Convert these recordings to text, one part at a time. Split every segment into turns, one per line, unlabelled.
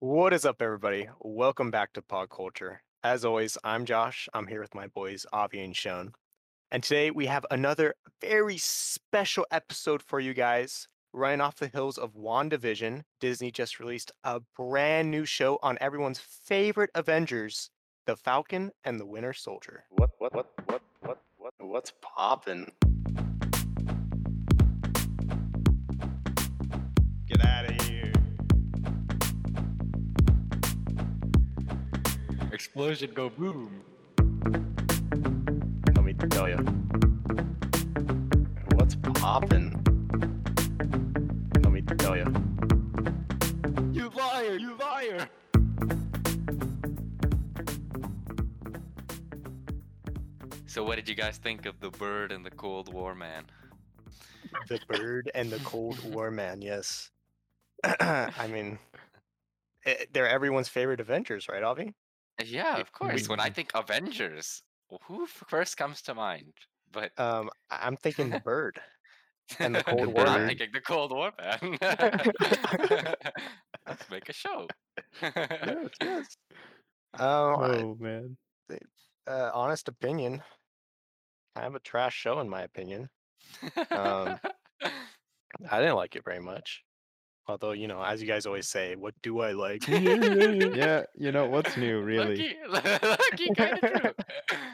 What is up, everybody? Welcome back to Pod Culture. As always, I'm Josh. I'm here with my boys, Avi and Sean. And today we have another very special episode for you guys. Running off the hills of WandaVision, Disney just released a brand new show on everyone's favorite Avengers, The Falcon and the Winter Soldier.
What what what what what what what's poppin'? Get out of here.
Explosion go boom.
Let me tell you. What's poppin'? Let me tell you.
You liar, you liar.
So, what did you guys think of the bird and the Cold War man?
The Bird and the Cold War Man, yes. I mean, eh, they're everyone's favorite Avengers, right, Avi?
Yeah, of
we-
course. When I think Avengers, who f- first comes to mind? But
Um, I- I'm thinking the Bird. And the Cold
but
War.
I'm thinking the Cold War man. Let's make a show.
Oh, I-
Oh man.
uh, honest opinion, kind of a trash show in my opinion. Um, I didn't like it very much. Although you know, as you guys always say, what do I like?
Yeah, you know what's new, really?
Lucky, lucky kind of true.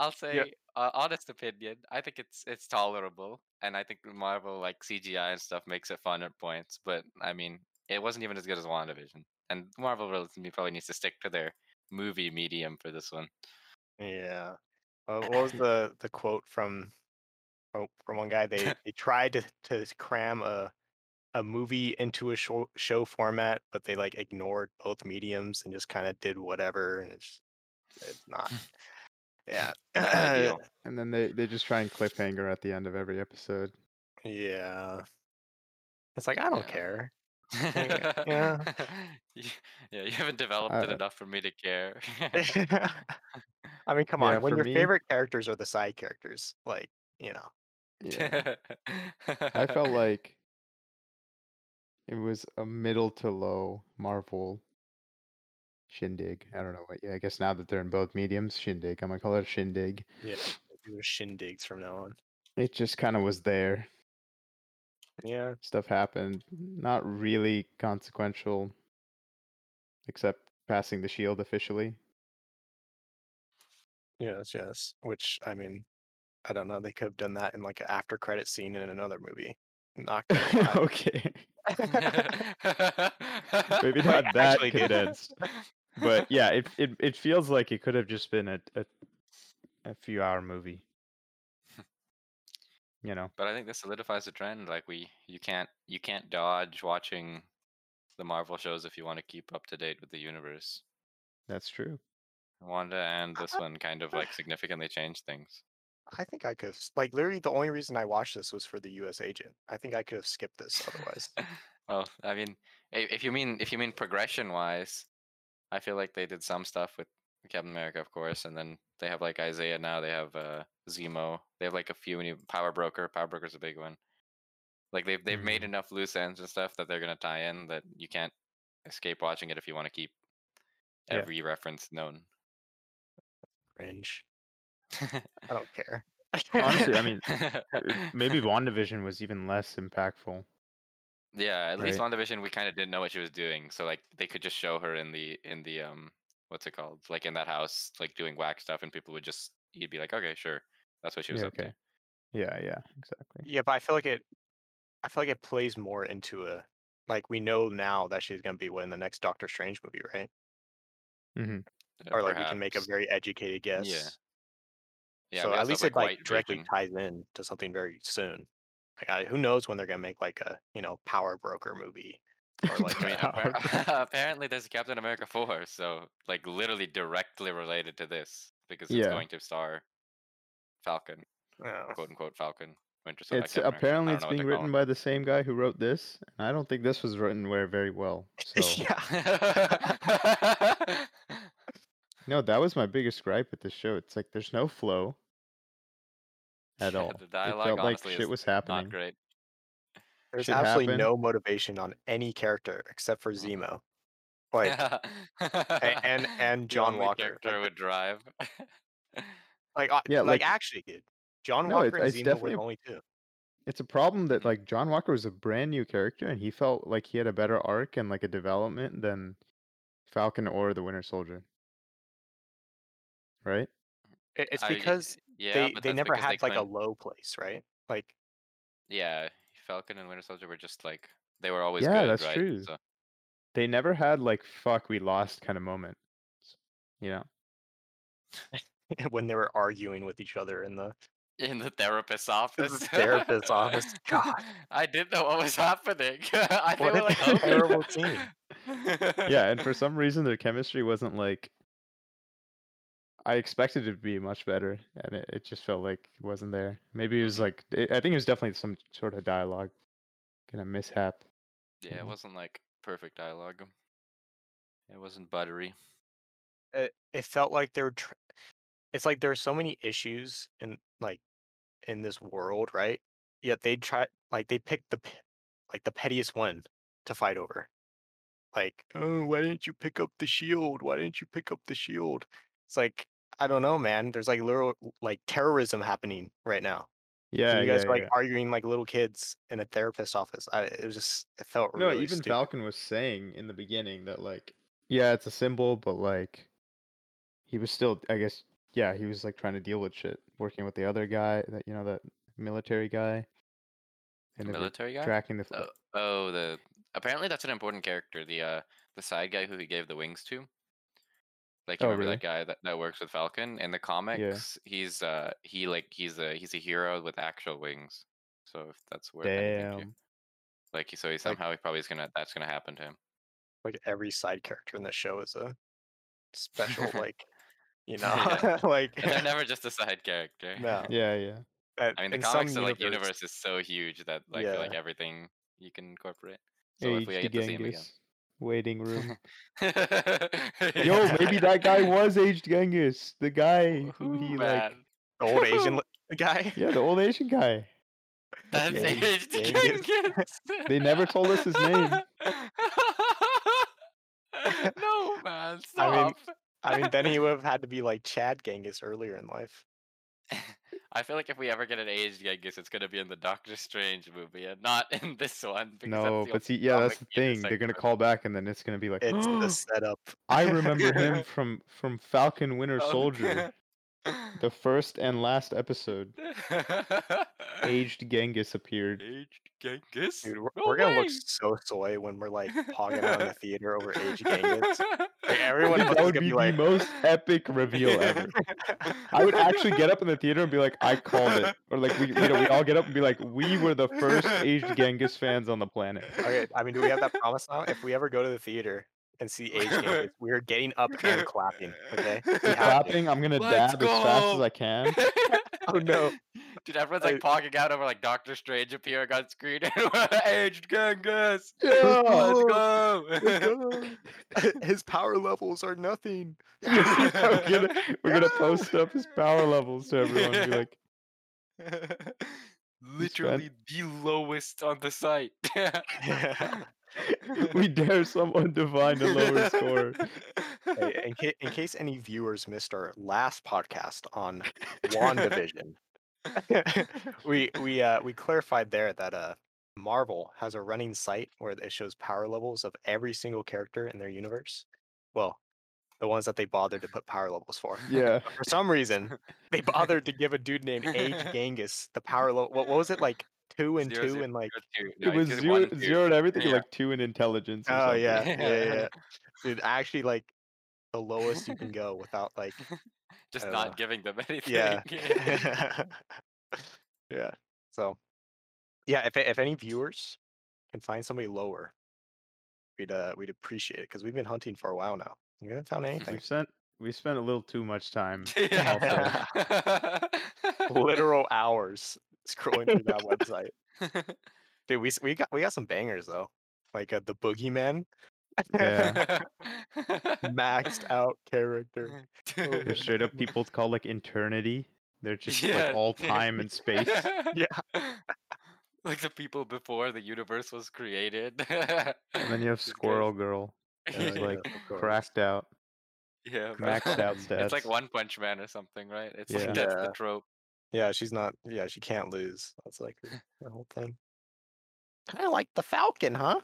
I'll say, uh, honest opinion, I think it's it's tolerable, and I think Marvel like CGI and stuff makes it fun at points. But I mean, it wasn't even as good as WandaVision, and Marvel really ne- probably needs to stick to their movie medium for this one.
yeah. Uh, what was the the quote from from, from one guy? They they tried to to cram a a movie into a show, show format, but they like ignored both mediums and just kind of did whatever, and it's it's not. Yeah.
Not ideal.
And then they, they just try and cliffhanger at the end of every episode.
yeah. It's like I don't
Yeah.
care. yeah.
Y- yeah, you haven't developed it
Uh,
enough for me to care.
I mean, come
Yeah,
on. When
for
your
me-
favorite characters are the side characters, like you know,
I felt like it was a middle to low Marvel shindig. I don't know what. Yeah, I guess now that they're in both mediums, shindig. I'm gonna call it a shindig.
yeah, do shindigs from now on.
It just kind of was there.
Yeah,
Stuff happened, not really consequential, except passing the shield officially.
yes, yes. Which I mean, I don't know. They could have done that in like an after credit scene in another movie. Not gonna
Um,
Oh.
lie.
okay, maybe not that
actually did.
condensed. but yeah, it, it it feels like it could have just been a a, a few hour movie. Hmm. You know,
But I think this solidifies the trend. Like we, you can't, you can't dodge watching the Marvel shows if you want to keep up to date with the universe.
that's true.
Wanda and this one kind of like significantly changed things.
I think I could have like literally the only reason I watched this was for the U.S. agent. I think I could have skipped this otherwise.
Well, I mean, i- if you mean if you mean progression wise, I feel like they did some stuff with Captain America, of course, and then they have like Isaiah now. They have uh, Zemo. They have like a few new Power Broker. Power Broker's a big one. Like they've they've made
Mm-hmm.
enough loose ends and stuff that they're gonna tie in that you can't escape watching it if you want to keep
Yeah.
every reference known.
Cringe. I don't care.
Honestly, I mean, it- maybe WandaVision was even less impactful.
Yeah, at least
Right.
WandaVision we kind of didn't know what she was doing, so like they could just show her in the in the um what's it called? Like in that house, like doing whack stuff and people would just you'd be like, Okay, sure. That's what she was
Yeah,
up to.
okay. Yeah, yeah, exactly.
Yeah, but I feel like it. I feel like it plays more into a like we know now that she's gonna be what, in the next Doctor Strange movie, right?
Uh,
Or like we can make a
perhaps.
very educated guess.
yeah,
so
we
at
also
least
have,
it like
White
directly
Vision.
ties in to something very soon. Like I, who knows when they're gonna make like a you know power broker movie or like
I mean,
a-
appar-
Power.
apparently there's a Captain America 4, so like literally directly related to this because it's
Yeah.
going to star Falcon,
uh,
quote unquote Falcon. Winter Soldier. I
It's
can't remember-
apparently
I
it's
don't know
being
what
written by the same guy who wrote this, and I don't think this was written where very well. So
yeah.
they're calling it.
no, that was my biggest gripe with this show. It's like there's no flow at
Yeah,
all.
The
it
dialogue
felt like
honestly
shit
is
was
not
happening.
great.
There's
Shit
absolutely
happened.
no motivation on any character except for Zemo. Like a- and and
The
John
only
Walker.
character
Like,
would drive.
like, uh,
Yeah,
like,
like-
actually, dude, John
No,
Walker and
it's- it's
Zemo were
definitely-
the only two.
It's a problem that
Mm-hmm.
like John Walker was a brand new character and he felt like he had a better arc and like a development than Falcon or the Winter Soldier. Right?
It- It's
I-
because
yeah,
they,
but
they
that's
never
because
had like a
couldn't-
low place, right? Like
yeah. Falcon and Winter Soldier were just like they were always
Yeah,
good,
that's
right?
true.
So,
They never had like fuck we lost kind of moment. You know?
when they were arguing with each other in the
in the therapist's office.
therapist's office, God.
I didn't know what was happening. I they
What
were
a
like okay.
terrible team.
Yeah, and for some reason their chemistry wasn't like I expected it to be much better and it, it just felt like it wasn't there. Maybe it was like it, I think it was definitely some sort of dialogue kind of mishap.
Yeah, it
Mhm.
wasn't like perfect dialogue. It wasn't buttery.
it, it felt like there were tr- it's like there are so many issues in like in this world right yet they try like they picked the p- like the pettiest one to fight over like oh why didn't you pick up the shield why didn't you pick up the shield it's like i don't know man there's like literal like terrorism happening right now
Yeah,
and you guys
yeah,
are like
yeah.
arguing like little kids in a therapist's office I, it was just it felt
No,
really
even
stupid.
Falcon was saying in the beginning that like, yeah, it's a symbol, but like, he was still, I guess, yeah, he was like trying to deal with shit, working with the other guy, that you know, that military guy,
The
they were
military guy?
tracking the.
Oh,
fl-
oh, the apparently that's an important character. The uh, the side guy who he gave the wings to. Like you
Oh,
remember
really?
that guy that, that works with Falcon in the comics? He's uh he like he's a he's a hero with actual wings. So if that's where
Damn.
like he- so he somehow he probably is gonna that's gonna happen to him.
like every side character in the show is a special like you know
Yeah.
like
And they're never just a side character.
no
Yeah, yeah.
that
I mean
uh,
the
in
comics
some
are like universe is so huge that like I feel like everything you can incorporate. So if we
H.
get to see him again.
Genghis, waiting room. Yo,
Yo,
maybe that guy was aged Genghis, the guy who he like.
the old asian li- guy
Yeah, the old Asian guy.
That's
Yeah,
it.
he's
It's
Genghis.
Genghis.
They never told us his name.
no, man,
I mean-
stop.
i mean then he would have had to be like chad genghis earlier in life
I feel like if we ever get an aged Genghis, it's gonna be in the Doctor Strange movie and not in this one. because that's
No,
the
but
only
see, yeah, that's the
comic in this
thing. They're gonna
universe.
call back, and then it's gonna be like,
it's the setup
I remember him from from Falcon Winter
Oh,
Soldier, the first and last episode. Aged Genghis appeared.
Aged Genghis.
dude we're,
No
we're gonna
way.
look so soy when we're like hogging out in the theater over age genghis Like, everyone
Dude,
else
that
is
would
gonna
be
be
the
like
most epic reveal ever. I would actually get up in the theater and be like, "I called it," or like we, you know, we all get up and be like, "We were the first aged Genghis fans on the planet."
okay i mean do we have that promise now if we ever go to the theater and see age genghis we're getting up and clapping okay We have to.
Clapping, I'm gonna
Let's
dab as fast as
go.
I can.
Oh, no.
Dude, everyone's like pogging out over like Doctor Strange appearing on screen. Aged Genghis.
Oh,
Let's go.
His power levels are nothing.
I'm gonna- we're gonna post up his power levels to everyone. And be like,
Literally the lowest on the site.
"We dare someone to find a lower score."
Hey, in, ca- in case any viewers missed our last podcast on WandaVision, we we uh, we clarified there that uh, Marvel has a running site where it shows power levels of every single character in their universe. Well, the ones that they bothered to put power levels for.
Yeah.
But for some reason, they bothered to give a dude named Age Genghis the power level. What, what was it like? Two and
Zero,
two
zero,
and like.
Two. No,
It was
did
zero,
one, two.
zero and everything,
Yeah.
like two in intelligence. Or
Oh
something.
yeah, yeah, yeah.
Yeah.
yeah. Dude, actually, like the lowest you can go without like.
Just
Oh.
I don't
not
know.
giving them anything.
Yeah. yeah. So, yeah. If if any viewers can find somebody lower, we'd uh, we'd appreciate it because we've been hunting for a while now. We haven't found anything.
We've spent we spent a little too much time.
Yeah. Literal hours scrolling through that website. Dude, we s- we got we got some bangers though, like uh, the boogeyman.
Yeah. Oh,
Maxed out character.
They're straight up people call like eternity. They're just
Yeah,
like all
dude.
time and space.
yeah. Like the people before the universe was created.
And then you have Squirrel Girl. It was like cracked out.
yeah, bro.
maxed out stats.
It's like One Punch Man or something, right? It's
Yeah.
like that's the
Yeah.
trope.
Yeah, she's not. Yeah, she can't lose. That's like her- her whole thing. Kind of like the Falcon, huh?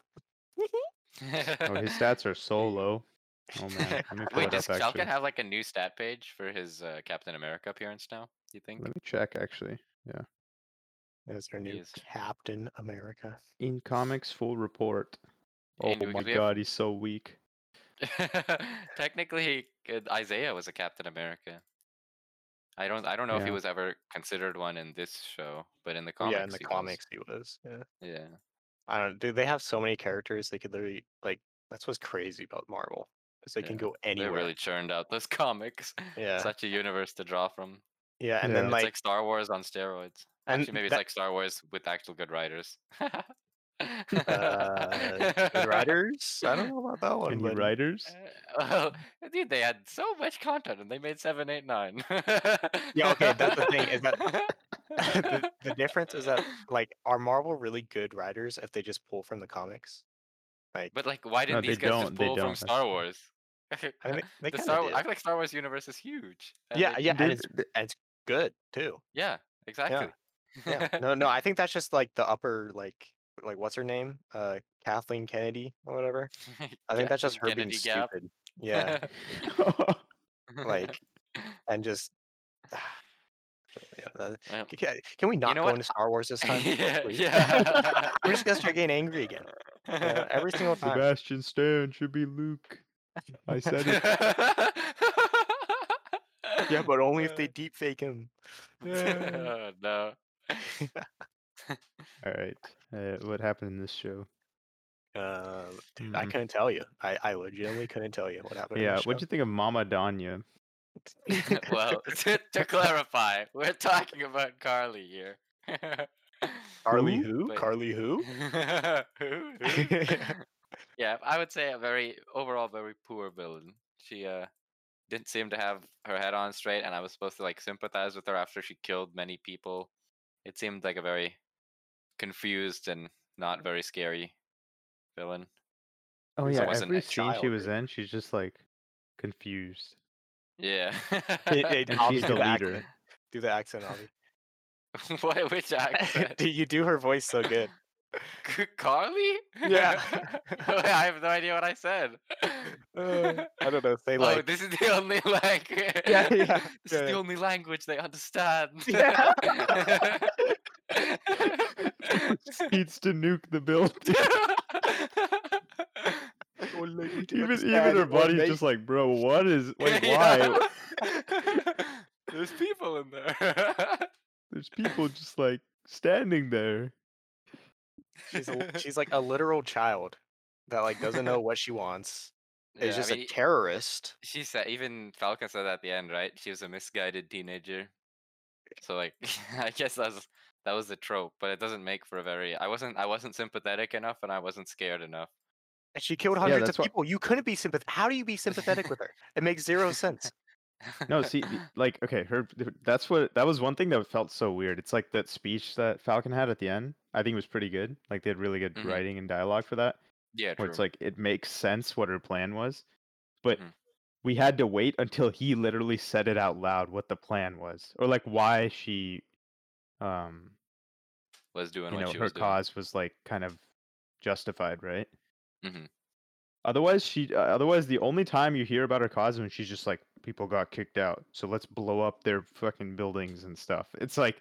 Oh, his stats are so low. Oh man, let me pull
Wait,
it
does
up. Actually,
Falcon have like a new stat page for his uh, Captain America appearance now? Do you think?
let me check. Actually,
There's her new
Yes.
Captain America.
in comics, full report. Oh
And we-
my
we have-
god, he's so weak.
Technically, uh, Isaiah was a Captain America. I don't. I don't know if he
Yeah. Oh,
was ever considered one in this show, but in the comics.
Comics, yeah, in the
he was.
comics he was. Yeah.
Yeah.
I don't. Dude, they have so many characters. They could literally like. That's what's crazy about Marvel is they can
Yeah,
go
They
anywhere.
really churned out those comics.
Yeah.
Such a universe to draw from.
yeah, and
Yeah.
then
It's
like,
like Star Wars on steroids.
and
Actually, maybe
that-
it's like Star Wars with actual good writers.
uh, good writers. I don't know about that one.
Any
but
writers?
Uh, well, dude, they had so much content, and they made seven, eight, nine.
Yeah, okay, that's the thing, is that- the, the difference is that like, are Marvel really good writers if they just pull from the comics? Like,
But like, why didn't
they
these guys
don't,
just
they
pull
don't,
from
that's-
Star Wars?
I mean, they
the
kinda
Star,
did.
I feel like Star Wars universe is huge. and
yeah,
they-
yeah, and
did-
it's, and it's good too.
yeah, exactly.
Yeah. No, no, I think that's just like the upper like like what's her name? Uh Kathleen Kennedy or whatever. I think that's just her being stupid. Yeah. like and just yeah, that-
Well,
c- can, can we not
know
go
what?
into Star Wars this time?
yeah,
please?
yeah.
We're just gonna start getting angry again. Yeah, every single time.
Sebastian Stan should be Luke. I said it.
Yeah, but only if
Uh,
they deep fake him.
oh, no.
All right. Uh, what happened in this show?
Uh, dude, I
Mm-hmm.
Mhm.
couldn't tell you. I, I legitimately couldn't tell you what happened. in
Yeah.
the
What'd you think of Mama Danya?
show.
well, to, to clarify, we're talking about Carly here.
Carly
Who?
who?
Wait.
Carly who?
Who? Who? yeah, I would say a very overall very poor villain. She uh didn't seem to have her head on straight, and I was supposed to like sympathize with her after she killed many people. It seemed like a very confused and not very scary villain.
Oh
Because I
yeah.
wasn't
Every
a
scene
child,
she was in, she's just like confused.
Yeah.
it-
And
I'll
she's
do
the
the act-
leader.
Do the accent, Avi.
what, which accent?
Dude, you do her voice so good.
C- Carly?
Yeah.
I have no idea what I said.
Uh, I don't know. Say
oh,
like,
this is the only language.
Yeah, yeah,
This is the
yeah.
only language they understand.
Yeah.
Needs to nuke the building.
Oh,
even even her body's just like, bro, what is like
Yeah.
why?
There's people in there.
There's people just like standing there.
she's a, she's like a literal child that like doesn't know what she wants.
Yeah,
Is
I
just
mean,
a terrorist.
she said even Falcon said at the end, right? She was a misguided teenager. So like I guess that was that was the trope, but it doesn't make for a very I wasn't I wasn't sympathetic enough and I wasn't scared enough.
And she killed hundreds of
that's what-
people. You couldn't be sympathetic. How do you be sympathetic with her? It makes zero sense.
No, see, th- like, okay, her. th- That's what. That was one thing that felt so weird. It's like that speech that Falcon had at the end. I think was pretty good. Like they had really good
Mhm.
writing and dialogue for that.
yeah, true.
Where it's like it makes sense what her plan was, but
Mhm.
we had to wait until he literally said it out loud what the plan was, or like why she, um,
was doing
you
what
know,
she
her
was
cause was like kind of justified, right?
Mhm.
Otherwise, she. Uh, otherwise, the only time you hear about her cause is when she's just like, people got kicked out, so let's blow up their fucking buildings and stuff. It's like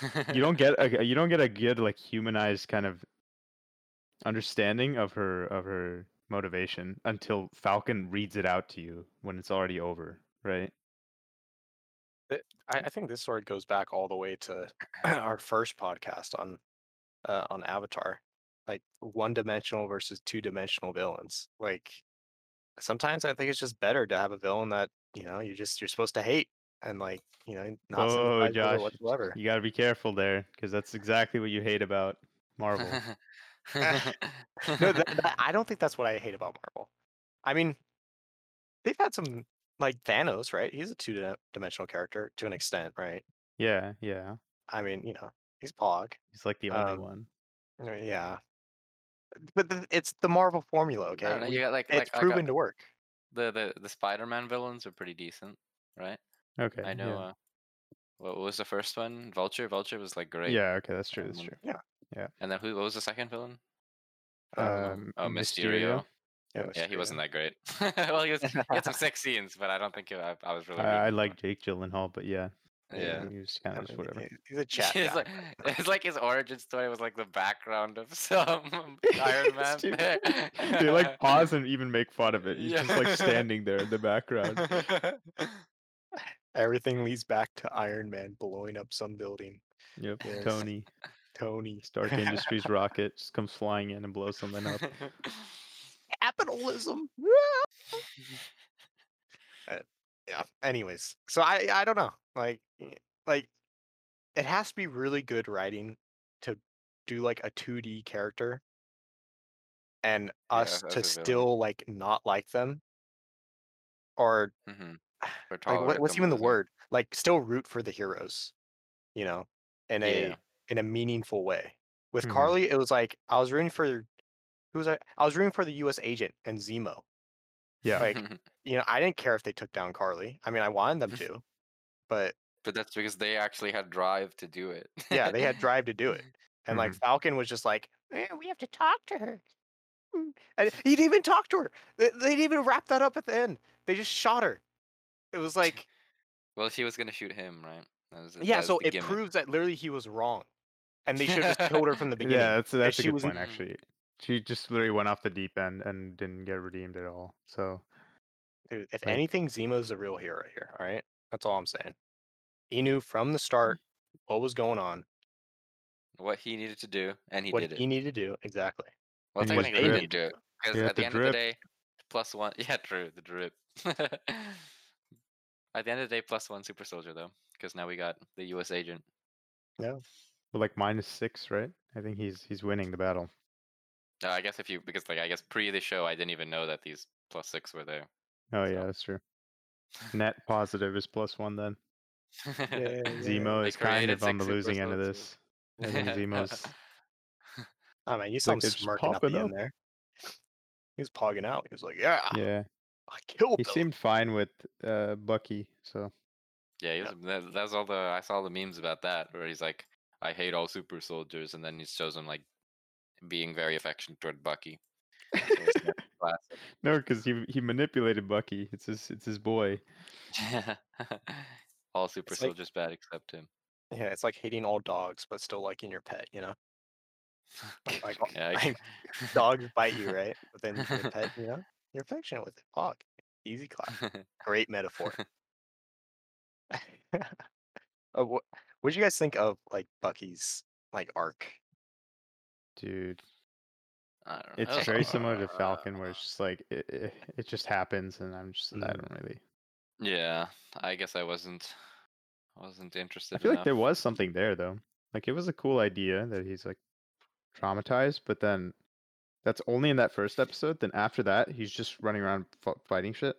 doing.
you don't get a you don't get a good like humanized kind of understanding of her of her motivation until Falcon reads it out to you when it's already over, right?
I, I think this sort of goes back all the way to our first podcast on uh, on Avatar, like one dimensional versus two dimensional villains. Like sometimes I think it's just better to have a villain that you know you just you're supposed to hate and like you know not
oh,
sympathize with
Josh,
or whatsoever.
you got to be careful there because that's exactly what you hate about Marvel.
No, that, that- I don't think that's what I hate about Marvel. I mean, they've had some like Thanos, right? He's a two-dimensional character to an extent, right?
yeah, yeah.
I mean, you know, he's Pog.
He's like the only
Um,
one.
Uh, Yeah. but th- it's the Marvel formula,
I
okay?
don't know,
We-
you got like,
it's
like I got-
proven to work.
the, the the Spider-Man villains are pretty decent, right?
Okay.
I know.
yeah.
Uh, what what was the first one? Vulture. Vulture was like
Yeah.
great.
okay, that's true. That's
Um,
true.
And then who? What was the second villain?
Um,
Oh, Mysterio.
Uh, Yeah,
Yeah, he wasn't that great. well, he, was, he had some sex scenes, but I don't think it, I, I was really.
I, I
rooting
like Jake Gyllenhaal, but yeah,
for him. yeah.
he was kind of just whatever.
He's a chat
it's,
guy.
like, it's like his origin story was like the background of some Iron Man.
It's too
there.
bad. they like pause and even make fun of it. He's
Yeah.
just like standing there in the background.
Everything leads back to Iron Man blowing up some building.
Yep,
Yes.
Tony
Tony.
Stark Industries rocket just comes flying in and blows something up.
Capitalism. Uh, yeah. Anyways, so I I don't know. Like y- like it has to be really good writing to do like a 2D character and
Yeah,
us
as a
to
villain.
still like not like them or
Mhm. Or
like what,
tolerate
what's
them,
even the
wasn't it?
word? Like still root for the heroes, you know, in a
Yeah. Mm-hmm.
in a meaningful way. With
Mhm.
Carly, it was like I was rooting for who was I? I was rooting for the U.S. agent and Zemo.
Yeah.
like you know, I didn't care if they took down Carly. I mean, I wanted them to, but
but that's because they actually had drive to do it.
yeah, they had drive to do it. And
Mm-hmm.
like Falcon was just like, eh, we have to talk to her. Mm," And he'd even talk to her. They, they'd even wrap that up at the end. They just shot her. It was like,
Well, she was gonna shoot him, right? That was,
yeah,
that was
so
the
it
gimmick.
proves that literally he was wrong. And they should have just killed her from the beginning.
Yeah, that's that's a
she
good
was-
point actually. She just literally went off the deep end and didn't get redeemed at all. So
Dude, if
Like-
anything, Zemo's the real hero here. All right, that's all I'm saying. He knew from the start what was going on,
what he needed to do, and he
what
did it.
he needed to do exactly.
well,
and he was
technically, he
drip.
didn't do it because
had
at the
the
end of the
drip.
day, plus one. Yeah, true. The drip. at the end of the day, plus one super soldier though, because now we got the U.S. agent.
but, like minus six, right? I think he's he's winning the battle.
Uh, I guess if you because like I guess pre the show, I didn't even know that these plus six were there.
Oh
So-
yeah, that's true. Net positive is plus one then. Zemo
They
is kind
created
of on the
six super
losing end of
soldiers.
this. I think Zemo's
Oh man, you saw him
they're just
smirking up at
popping
the end
up.
there. He was pogging out. He was like, "Yeah,
yeah.
I killed
He
them."
seemed fine with uh Bucky, so
Yeah, he was, that, that was all the I saw the memes about that where he's like, "I hate all super soldiers," and then he shows him like being very affectionate toward Bucky. So it's kind of classic.
No, because he he manipulated Bucky. It's his it's his boy.
all super
It's like-
soldiers bad except him.
yeah, it's like hating all dogs but still liking your pet. You know, like "Oh, all-
Yeah, I
like,
g-
dogs bite you, right? But then your pet, you know, you're affectionate with it. Pog, easy clap. Great metaphor. uh, what what do you guys think of like Bucky's like arc?
Dude,
I don't
it's
know.
very similar to Falcon, where it's just like it, it, it just happens, and I'm just I
Mm.
don't really.
Yeah, I guess I wasn't wasn't interested.
I feel like there
enough.
was something there though. Like it was a cool idea that he's like traumatized, but then that's only in that first episode. Then after that, he's just running around f- fighting shit,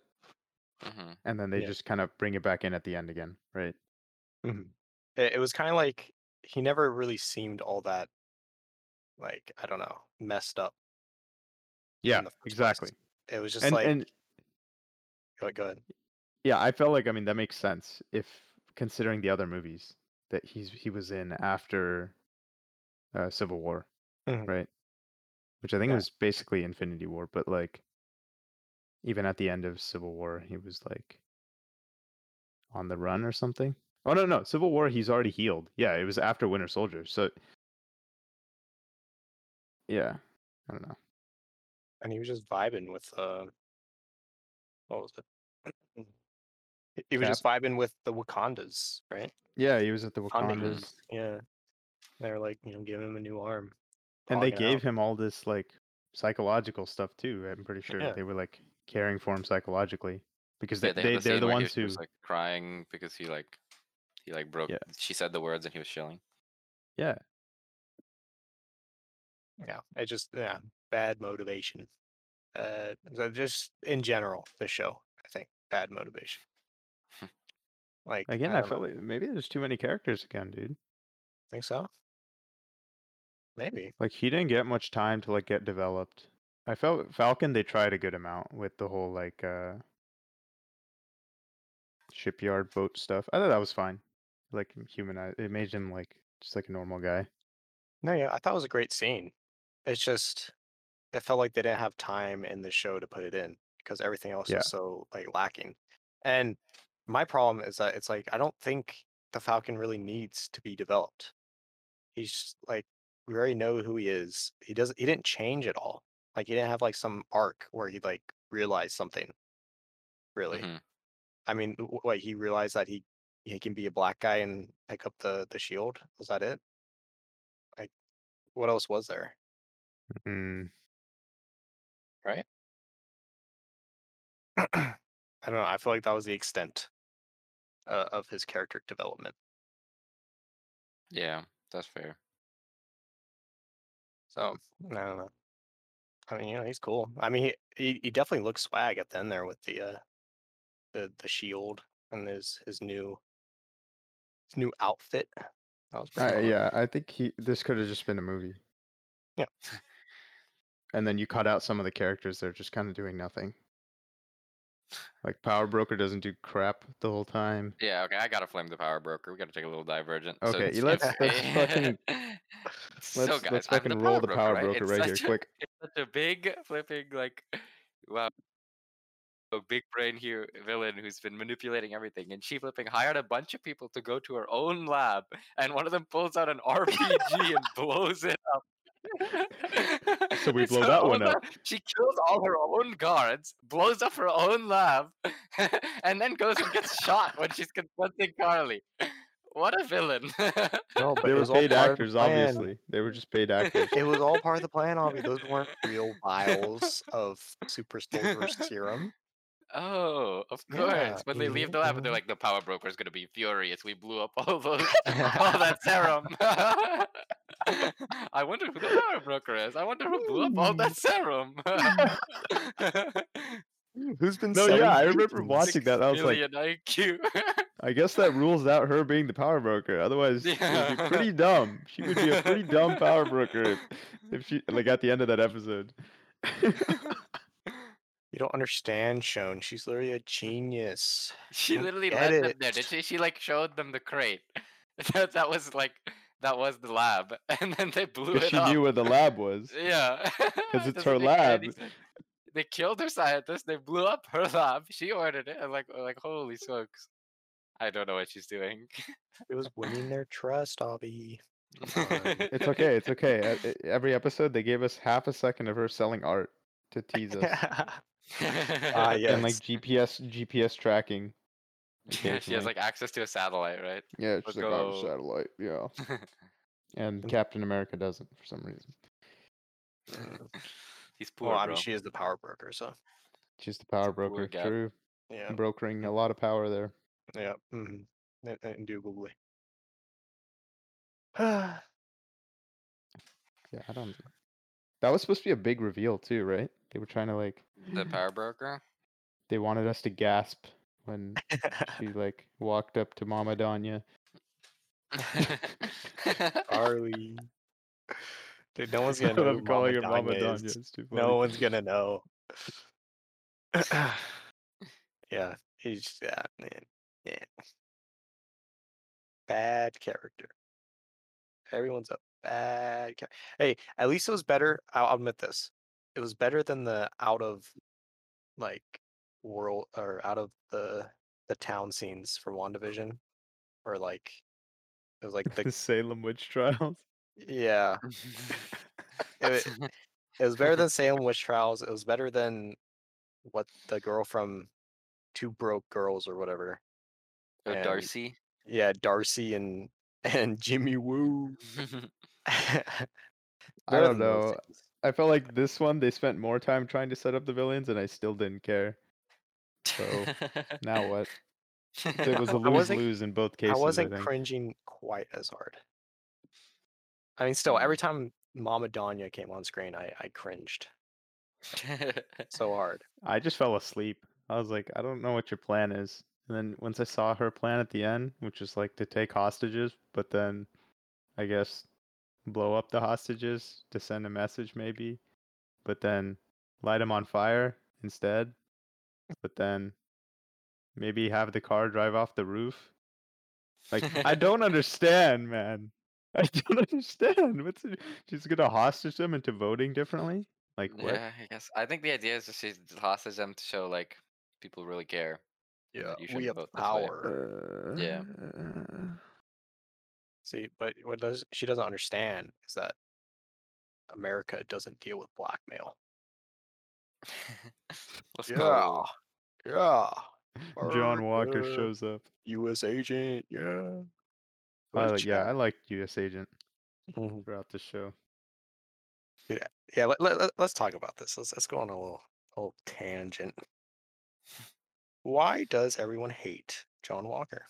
Mhm.
and then they
Yeah.
just kind of bring it back in at the end again, right? Mm-hmm.
Mhm. It, it was kind of like he never really seemed all that, like I don't know, messed up.
Yeah,
the first place.
exactly.
It was just
And
like,
and
go, go ahead.
Yeah, I felt like I mean that makes sense if considering the other movies that he's he was in after uh, Civil War,
Mhm.
right? Which I think
Yeah.
was basically Infinity War, but like even at the end of Civil War, he was like on the run or something. Oh no, no, Civil War he's already healed. Yeah, it was after Winter Soldier. So Yeah, I don't know.
and he was just vibing with uh what was it He- he was just vibing with the wakandas right
Yeah, he was at the
Wakandan.
Wakandas.
yeah they were like you know giving him a new arm
and they
pogging
gave
out.
him all this like psychological stuff too i'm pretty sure
Yeah.
they were like caring for him psychologically because
Yeah,
they,
had
they, they
scene
are the
where he
ones
was-
who
he was like crying because he like he like broke.
Yeah.
She said the words and he was chilling.
yeah
yeah it just yeah bad motivation uh so just in general the show i think bad motivation Hmm. like
again i,
don't know,
felt like maybe there's too many characters again dude
think so Maybe.
Like he didn't get much time to like get developed. I felt Falcon they tried a good amount with the whole like uh shipyard boat stuff. I thought that was fine. Like humanized it made him like just like a normal guy.
No, yeah, I thought it was a great scene. It's just it felt like they didn't have time in the show to put it in because everything else
Yeah.
was so like lacking. And my problem is that it's like I don't think the Falcon really needs to be developed. He's just, like we already know who he is. He doesn't he didn't change at all. Like he didn't have like some arc where he like realized something. Really.
Mhm.
I mean, w- what he realized that he he can be a black guy and pick up the the shield. Was that it? Like, what else was there?
Mm.
I don't know. I feel like that was the extent uh, of his character development.
Yeah, that's fair.
So I don't know. I mean, you know, he's cool. I mean, he he, he definitely looks swag at the end there with the uh, the the shield and his his new his new outfit. That was pretty
I,
cool.
Uh, yeah, I think he this could have just been a movie.
Yeah.
And then you cut out some of the characters that are just kind of doing nothing. Like Power Broker doesn't do crap the whole time.
Yeah, okay, I gotta flame the power broker. We gotta take a little divergent.
Okay,
it's-
let's-
if-
let's fucking- Let's
so guys,
let's
I'm the
fucking roll the Power Broker
It's
right here,
such a-
quick.
It's such a big flipping like, wow, a big brain here villain who's been manipulating everything, and she flipping hired a bunch of people to go to her own lab, and one of them pulls out an RPG and blows it up.
So we
It's
blow
her
that
own
one
lab. She kills all her own guards, blows up her own lab, and then goes and gets shot when she's confronting Carly. What a villain!
No, but
They
it
were
was all
paid
part of the
actors,
plan.
obviously. They were just paid actors.
It was all part of the plan, Avi. Those weren't real vials of super soldier serum.
Oh, of course.
Yeah,
when they leave the lab, they're
yeah.
like, the power broker's going to be furious. We blew up all those, all that serum. I wonder who the power broker is. I wonder who blew up all
Hmm.
that serum.
Who's been
No,
selling
yeah, I remember
mutants?
watching that. I was like,
Million IQ.
I guess that rules out her being the power broker. Otherwise, it would be pretty dumb. She would be a pretty dumb power broker if, if she like at the end of that episode.
You don't understand, Shone. She's literally a genius.
she
don't
literally
get
led them there.
it.
Did she? She like showed them the crate. that, that was like, that was the lab. And then they blew
If
it
she
up.
knew where the lab was.
Yeah.
it's
Doesn't
her
make any
lab.
sense. They killed her scientist. They blew up her lab. She ordered it. I'm like, I'm like holy smokes. I don't know what she's doing.
It was winning their trust, Avi.
It's okay. It's okay. E- e- Every episode, they gave us half a second of her selling art to tease us,
Ah,
yeah.
yes.
and like GPS GPS tracking.
She has
occasionally.
like access to a satellite, right?
yeah,
let's
she's like "Oh,
go."
satellite. Yeah, and
And-
Captain America doesn't for some reason.
He's
Oh,
poor,
Well, I mean,
bro.
she is the power broker, so
She's the power
a poor
broker.
gap.
True,
yeah,
Mm. brokering a lot of power there.
yeah, mhm, in- indubitably. yeah,
Yeah, I don't. That was supposed to be a big reveal too, right? They were trying to like.
The power broker.
They wanted us to gasp when she like walked up to Mama Danya.
Carly. Dude, no one's gonna
That's what
know.
I'm calling her Mama
Danya is.
Danya. It's too
No
funny.
one's gonna know. yeah, he's yeah, man. Yeah. Bad character. Everyone's a bad character. Hey, at least it was better. I'll I'll admit this. It was better than the out of like world or out of the the town scenes for WandaVision. Or like it was like
the
the
Salem witch trials.
yeah. It- It was better than Salem Witch Trials. It was better than what the girl from Two Broke Girls or whatever.
Oh,
and-
Darcy.
Yeah, Darcy and and Jimmy Woo.
I
Better than
don't
those
know.
things.
I felt like this one they spent more time trying to set up the villains, and I still didn't care. So now what? It was a
I
lose
wasn't-
lose in both cases.
I
I
wasn't
think.
cringing quite as hard. I mean, still, every time Mama Danya came on screen, I, I cringed so hard.
I just fell asleep. I was like, I don't know what your plan is. And then once I saw her plan at the end, which is like to take hostages, but then I guess blow up the hostages to send a message, maybe, but then light them on fire instead. But then maybe have the car drive off the roof. Like I don't understand, man. I don't understand. What's it? She's gonna hostage them into voting differently? Like what?
Yeah, I guess. I think the idea is that she hostage them to show like people really care. and
Yeah,
that you
we
shouldn't
have
vote this way.
power.
Yeah.
Uh,
See, but what does she doesn't understand is that America doesn't deal with blackmail.
Let's go.
yeah.
John Walker
America,
shows up.
U.S. agent. Yeah.
I
Let's
like, yeah,
chat.
I like U.S. Agent
Mhm.
throughout the show.
Yeah. Let, let, let- let's talk about this. Let's let's go on a little a little tangent. Why does everyone hate John Walker?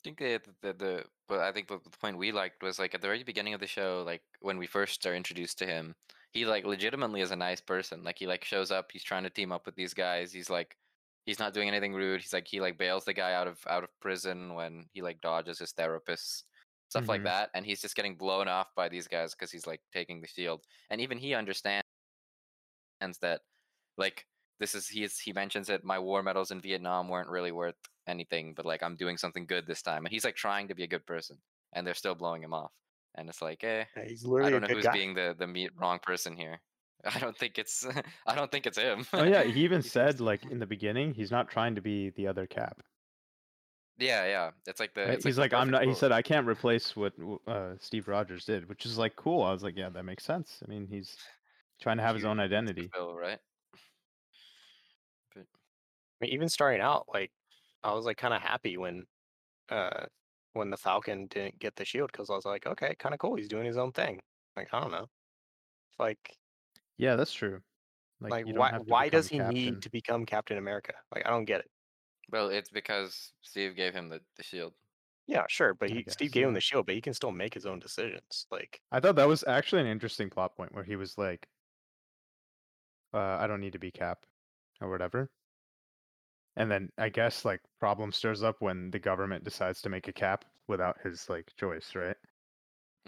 I think the, the the but I think the, the point we liked was like at the very beginning of the show, like when we first are introduced to him, he like legitimately is a nice person. Like he like shows up, he's trying to team up with these guys. He's like he's not doing anything rude. He's like he like bails the guy out of out of prison when he like dodges his therapist stuff like
Mhm.
that, and he's just getting blown off by these guys because he's like taking the shield, and even he understands that like this is he is, he mentions that my war medals in Vietnam weren't really worth anything, but like I'm doing something good this time, and he's like trying to be a good person, and they're still blowing him off, and it's like, eh,
Yeah, He's
I
literally a
don't know
good
who's
guy.
being the the meat wrong person here. I don't think it's I don't think it's him.
Oh yeah, he even
seems
said
to-
like in the beginning, he's not trying to be the other Cap.
yeah, yeah, it's like the
right?
it's
He's
the
like, I'm
perfect
not. He
quote.
said, I can't replace what w- uh, Steve Rogers did, which is like cool. I was like, yeah, that makes sense. I mean, he's trying to have his
Huge
own identity.
Bill, right?
I mean, even starting out, like I was like kind of happy when, uh, when the Falcon didn't get the shield because I was like, okay, kind of cool. He's doing his own thing. Like I don't know. It's Like
Yeah, that's true.
like,
you don't
why
have to
why does he
become captain.
need to become Captain America? Like I don't get it.
Well, it's because Steve gave him the, the shield.
Yeah, sure, but
I
he Steve
guess,
gave him
yeah.
the shield, but he can still make his own decisions. Like
I thought that was actually an interesting plot point where he was like, uh, I don't need to be Cap or whatever. And then I guess like problem stirs up when the government decides to make a cap without his like choice, right?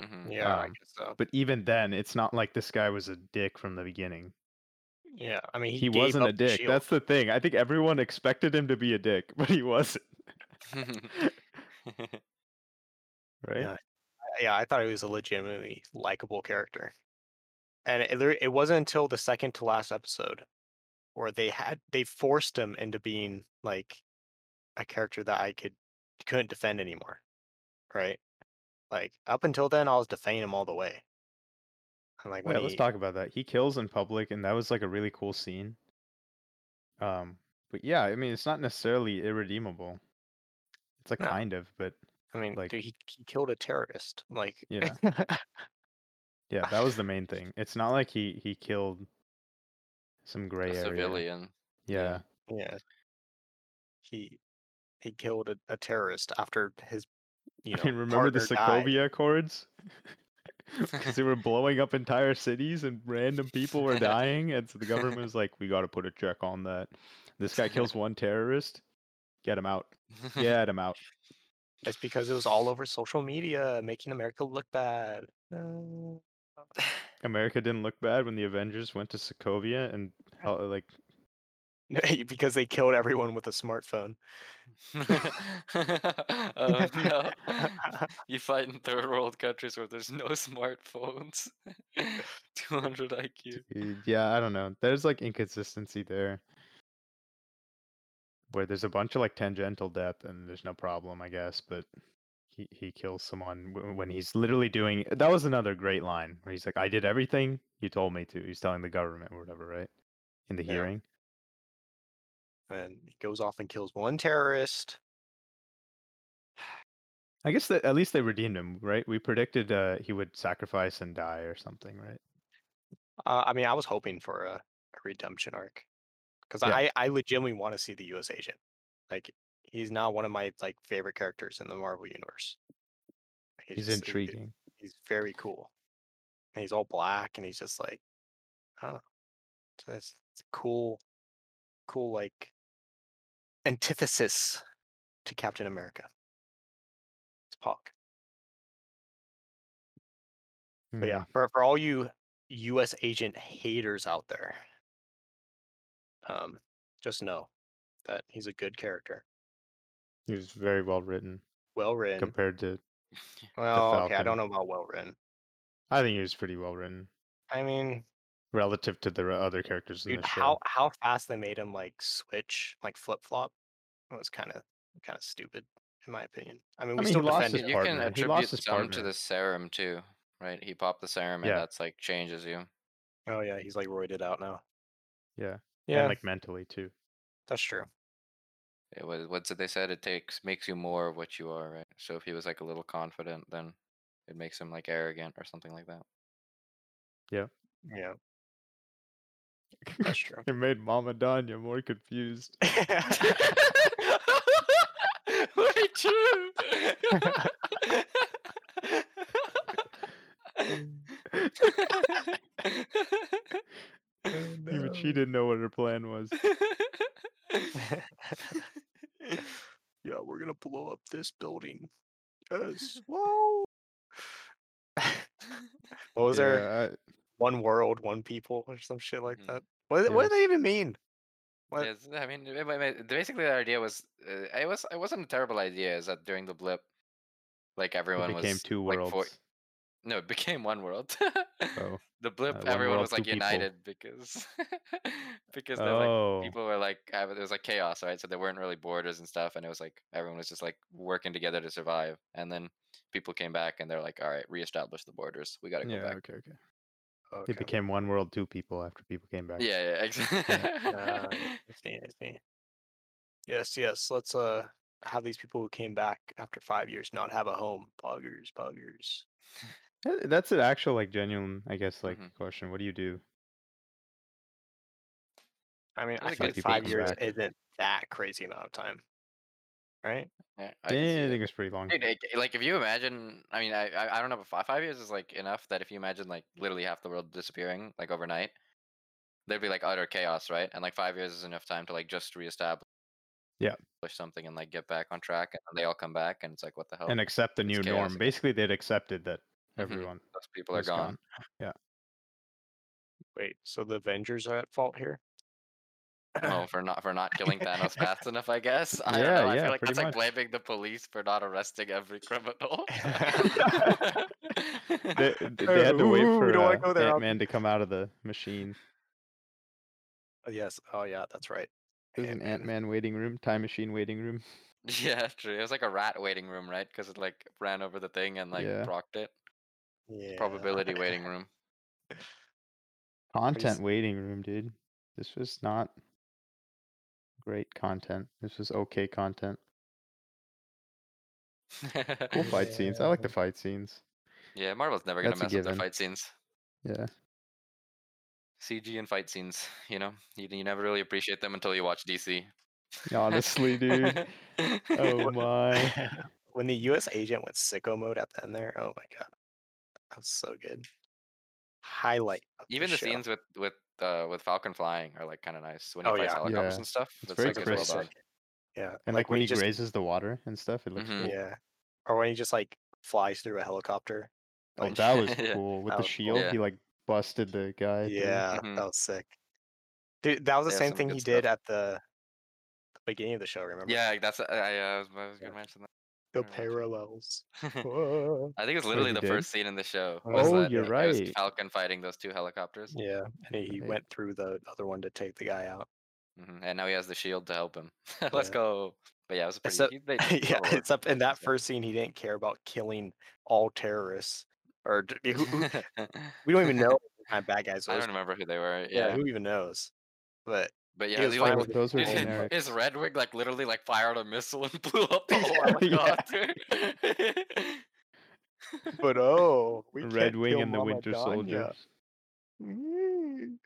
hmm
yeah, I
Um,
guess so.
But even then, it's not like this guy was a dick from the beginning.
Yeah, I mean he,
He,
gave
wasn't
up
a
the
dick.
shield.
That's the thing. I think everyone expected him to be a dick, but he wasn't, right?
Yeah. yeah, I thought he was a legitimately likable character. And it, there- it wasn't until the second to last episode where they had they forced him into being like a character that I could couldn't defend anymore. Right? Like up until then I was defending him all the way. And like when
Yeah, let's
he-
talk about that. He kills in public, and that was like a really cool scene. Um, but yeah, I mean, it's not necessarily irredeemable. It's like
No.
kind of, but
I mean
like-
dude, he, he killed a terrorist. Like
yeah, yeah, that was the main thing. It's not like he he killed some gray
a
area.
civilian.
Yeah,
yeah. He he killed a, a terrorist after his you know
I mean, remember the
partner died.
Sokovia Accords? Because they were blowing up entire cities and random people were dying, and so the government was like, "We got to put a check on that. This guy kills one terrorist, get him out, get him out."
It's because it was all over social media, making America look bad. Uh,
America didn't look bad when the Avengers went to Sokovia and hel- like
because they killed everyone with a smartphone.
oh no! you fight in third world countries where there's no smartphones. 200 IQ.
y- eh, yeah, I don't know. There's like inconsistency there. Where there's a bunch of like tangential death and there's no problem, I guess, but he, he kills someone w- when he's literally doing that was another great line where he's like, I did everything you told me to. He's telling the government or whatever, right? In the
Yeah.
hearing.
And he goes off and kills one terrorist.
I guess that at least they redeemed him, right? We predicted uh, he would sacrifice and die or something, right?
Uh, I mean, I was hoping for a, a redemption arc because
Yeah.
I, I legitimately want to see the U.S. agent. Like, he's now one of my like favorite characters in the Marvel universe. Like, it's
He's
just- it- it-
intriguing.
he's very cool. And he's all black and he's just like, I don't know. It's, it's it's a cool, cool, like antithesis to Captain America. It's Pog.
Hmm.
But yeah, for, for all you U.S. agent haters out there, um, just know that he's a good character,
He was very well written
well written.
compared to.
Well, okay, I
Falcon.
don't know about well written.
I think he was pretty well written
I mean,
relative to the re- other characters in
dude,
the show.
how how fast they made him like switch, like flip flop, was kind of kind of stupid in my opinion. I mean, we
mean, he
still
lost
defended
his
him.
You
partner.
can
He lost
attribute
his
some to
partner.
the serum too, right? He popped the serum,
Yeah.
and that's like changes you.
Oh yeah, he's like roided out now.
Yeah,
Yeah,
and like mentally too.
that's true.
It was what's it they said? It takes makes you more of what you are, right? So if he was like a little confident, then it makes him like arrogant or something like that.
Yeah, that's true.
It made Mama Danya more confused.
Very true. Oh,
Even she didn't know what her plan was.
yeah, we're gonna blow up this building. Yes. Whoa. what was there?
Yeah, Mm-hmm. I-
One world, one people, or some shit like
Mhm.
that. What, what do they even mean? What?
Yes, I mean, it- it- it- basically, the idea was uh, it was it wasn't a terrible idea. Is that during the blip, like everyone
it became
was
two
like,
worlds.
for- no, it became one world.
Oh,
the blip,
Uh, one
everyone was
world, two
like
people.
united because because there like
oh.
people were like have, it was like chaos, right? So there weren't really borders and stuff, and it was like everyone was just like working together to survive. And then people came back and they're like, all right, reestablish the borders. We got to go
yeah.
back.
Okay. Okay.
Okay.
It became one world, two people after people came back.
Yeah, yeah, uh, exactly.
Ah, I see, I see. Yes, yes. Let's uh have these people who came back after five years not have a home. Buggers, buggers.
That- That's an actual, like, genuine, I guess, like,
Mhm.
question. What do you do?
I mean,
That's
I
a
think
good
five
feedback.
years isn't that crazy amount of time, right?
yeah, I
I,
can see
yeah, Eh, I
that.
think it's pretty long.
Dude, like- like if you imagine, I mean, I I I don't know, but five, five years is like enough that if you imagine like literally half the world disappearing like overnight, there'd be like utter chaos, right? And like five years is enough time to like just reestablish,
Yeah.
push something and like get back on track, and then they all come back, and it's like what the hell?
and accept the
it's
new
chaos
norm.
again.
Basically, they'd accepted that
Mhm.
everyone
Those people are
was
gone.
gone.
Wait, so the Avengers are at fault here?
Oh, for not for not killing Thanos fast enough, I guess. I don't
Yeah,
know. I
yeah,
feel like
pretty
that's like
much.
blaming the police for not arresting every criminal.
They, they- they had to wait
Ooh, we
for
don't wanna
uh,
go there, I'll-
Ant-Man to come out of the machine.
Oh, Yes. Oh, yeah. That's right.
There's an
Ant-Man.
Ant-Man waiting room, time machine waiting room.
yeah, true. It was like a rat waiting room, right? Because it like ran over the thing and like
Yeah.
procked it.
Yeah.
Probability waiting room.
Content waiting room, dude. This was not great content. This was okay content. Cool fight scenes. I like the fight scenes.
yeah, Marvel's never gonna
That's a
mess up their
given.
fight scenes.
Yeah.
CG and fight scenes, you know, you, you never really appreciate them until you watch DC.
Honestly, dude. Oh my.
when the U.S. agent went sicko mode at the end there, oh my god, that was so good. Highlight. of
even the
show.
scenes with with uh with Falcon flying are like kind of nice when he
Oh,
fights
yeah.
helicopters
Yeah.
and stuff.
It's very
like, as
crisp.
well done.
Yeah,
And like, when he mm.
just Mm-hmm.
grazes the water and stuff, it looks
Mhm.
cool.
yeah, or when he just like flies through a helicopter.
Oh,
like,
that was
Yeah,
cool. With
that
the
was cool.
shield,
Yeah.
he like busted the guy. through.
yeah,
Mhm.
that was sick. Dude, that was the
They have
same
some
thing
good
he
stuff.
did at the, the beginning of the show. Remember?
Yeah, Mm-hmm. like, that's uh, I, I was, I was gonna mention
The
Alright.
parallels.
that.
Whoa.
I think it's literally
he
the
did?
first scene in the show. was
Oh,
that
you're
it was
right.
Falcon fighting those two helicopters,
yeah, and he, he
Right.
went through the other one to take the guy out.
hmm and now he has the shield to help him. Let's
Yeah.
go. But yeah, it was a pretty.
Except-
he- they-
yeah,
overall,
it's up in that
so-
first scene. He didn't care about killing all terrorists, or d- who, who, we don't even know what kind of bad guys.
I
those
don't remember who they were.
Yeah,
Yeah,
who even knows? But
but
he
yeah,
was
he,
fine
like,
with it.
Those were
Is it-
generic.
Is Redwig like literally like fired a missile and blew up the whole
Yeah.
helicopter?
but oh, we
Red Wing and the Winter Soldier.
Mm,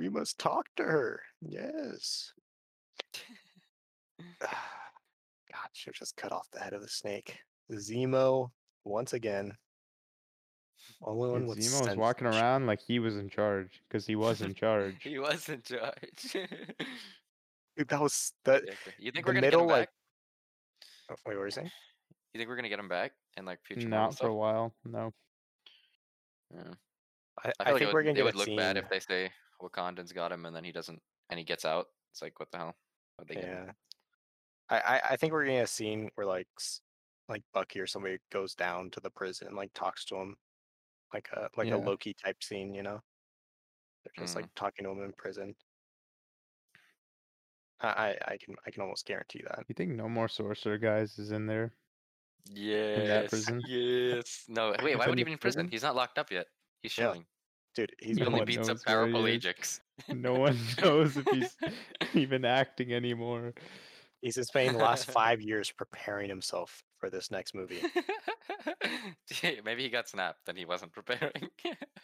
we must talk to her. Yes. God, should have just cut off the head of the snake. Zemo, once again. Only one
Dude,
with
Zemo was
sense.
walking around like he was in charge because he was in charge.
he was in charge.
Dude, that was that.
Exactly. You think
the
we're gonna
middle,
get him
like-
back?
oh, wait, what were you saying?
You think we're gonna get him back in like future? Marvel
Not for
stuff?
a while. No.
I,
I
I
feel like
think
it
we're
would,
gonna
it
get
would
a
look bad if
scene.
they say Wakandan's got him and then he doesn't and he gets out. It's like what the hell? What'd they give him?
Yeah. I, I I think we're getting a scene where like s- like Bucky or somebody goes down to the prison and like talks to him, like a like
Yeah.
a Loki type scene, you know. They're just like talking to him in prison. I I- I can I can almost guarantee that.
You think no more sorcerer guys is in there?
Yes.
prison?
Yes. No. Wait.
He's
Why would
in
he
the
be in prison?
prison?
He's not locked up yet. He's
Yeah.
chilling.
Dude, he's
He
been
No
only
one
like,
beats up
knows where he is.
paraplegics.
No one knows if he's even acting anymore.
he's been spending the last five years preparing himself for this next movie.
Gee, Maybe he got snapped and he wasn't preparing.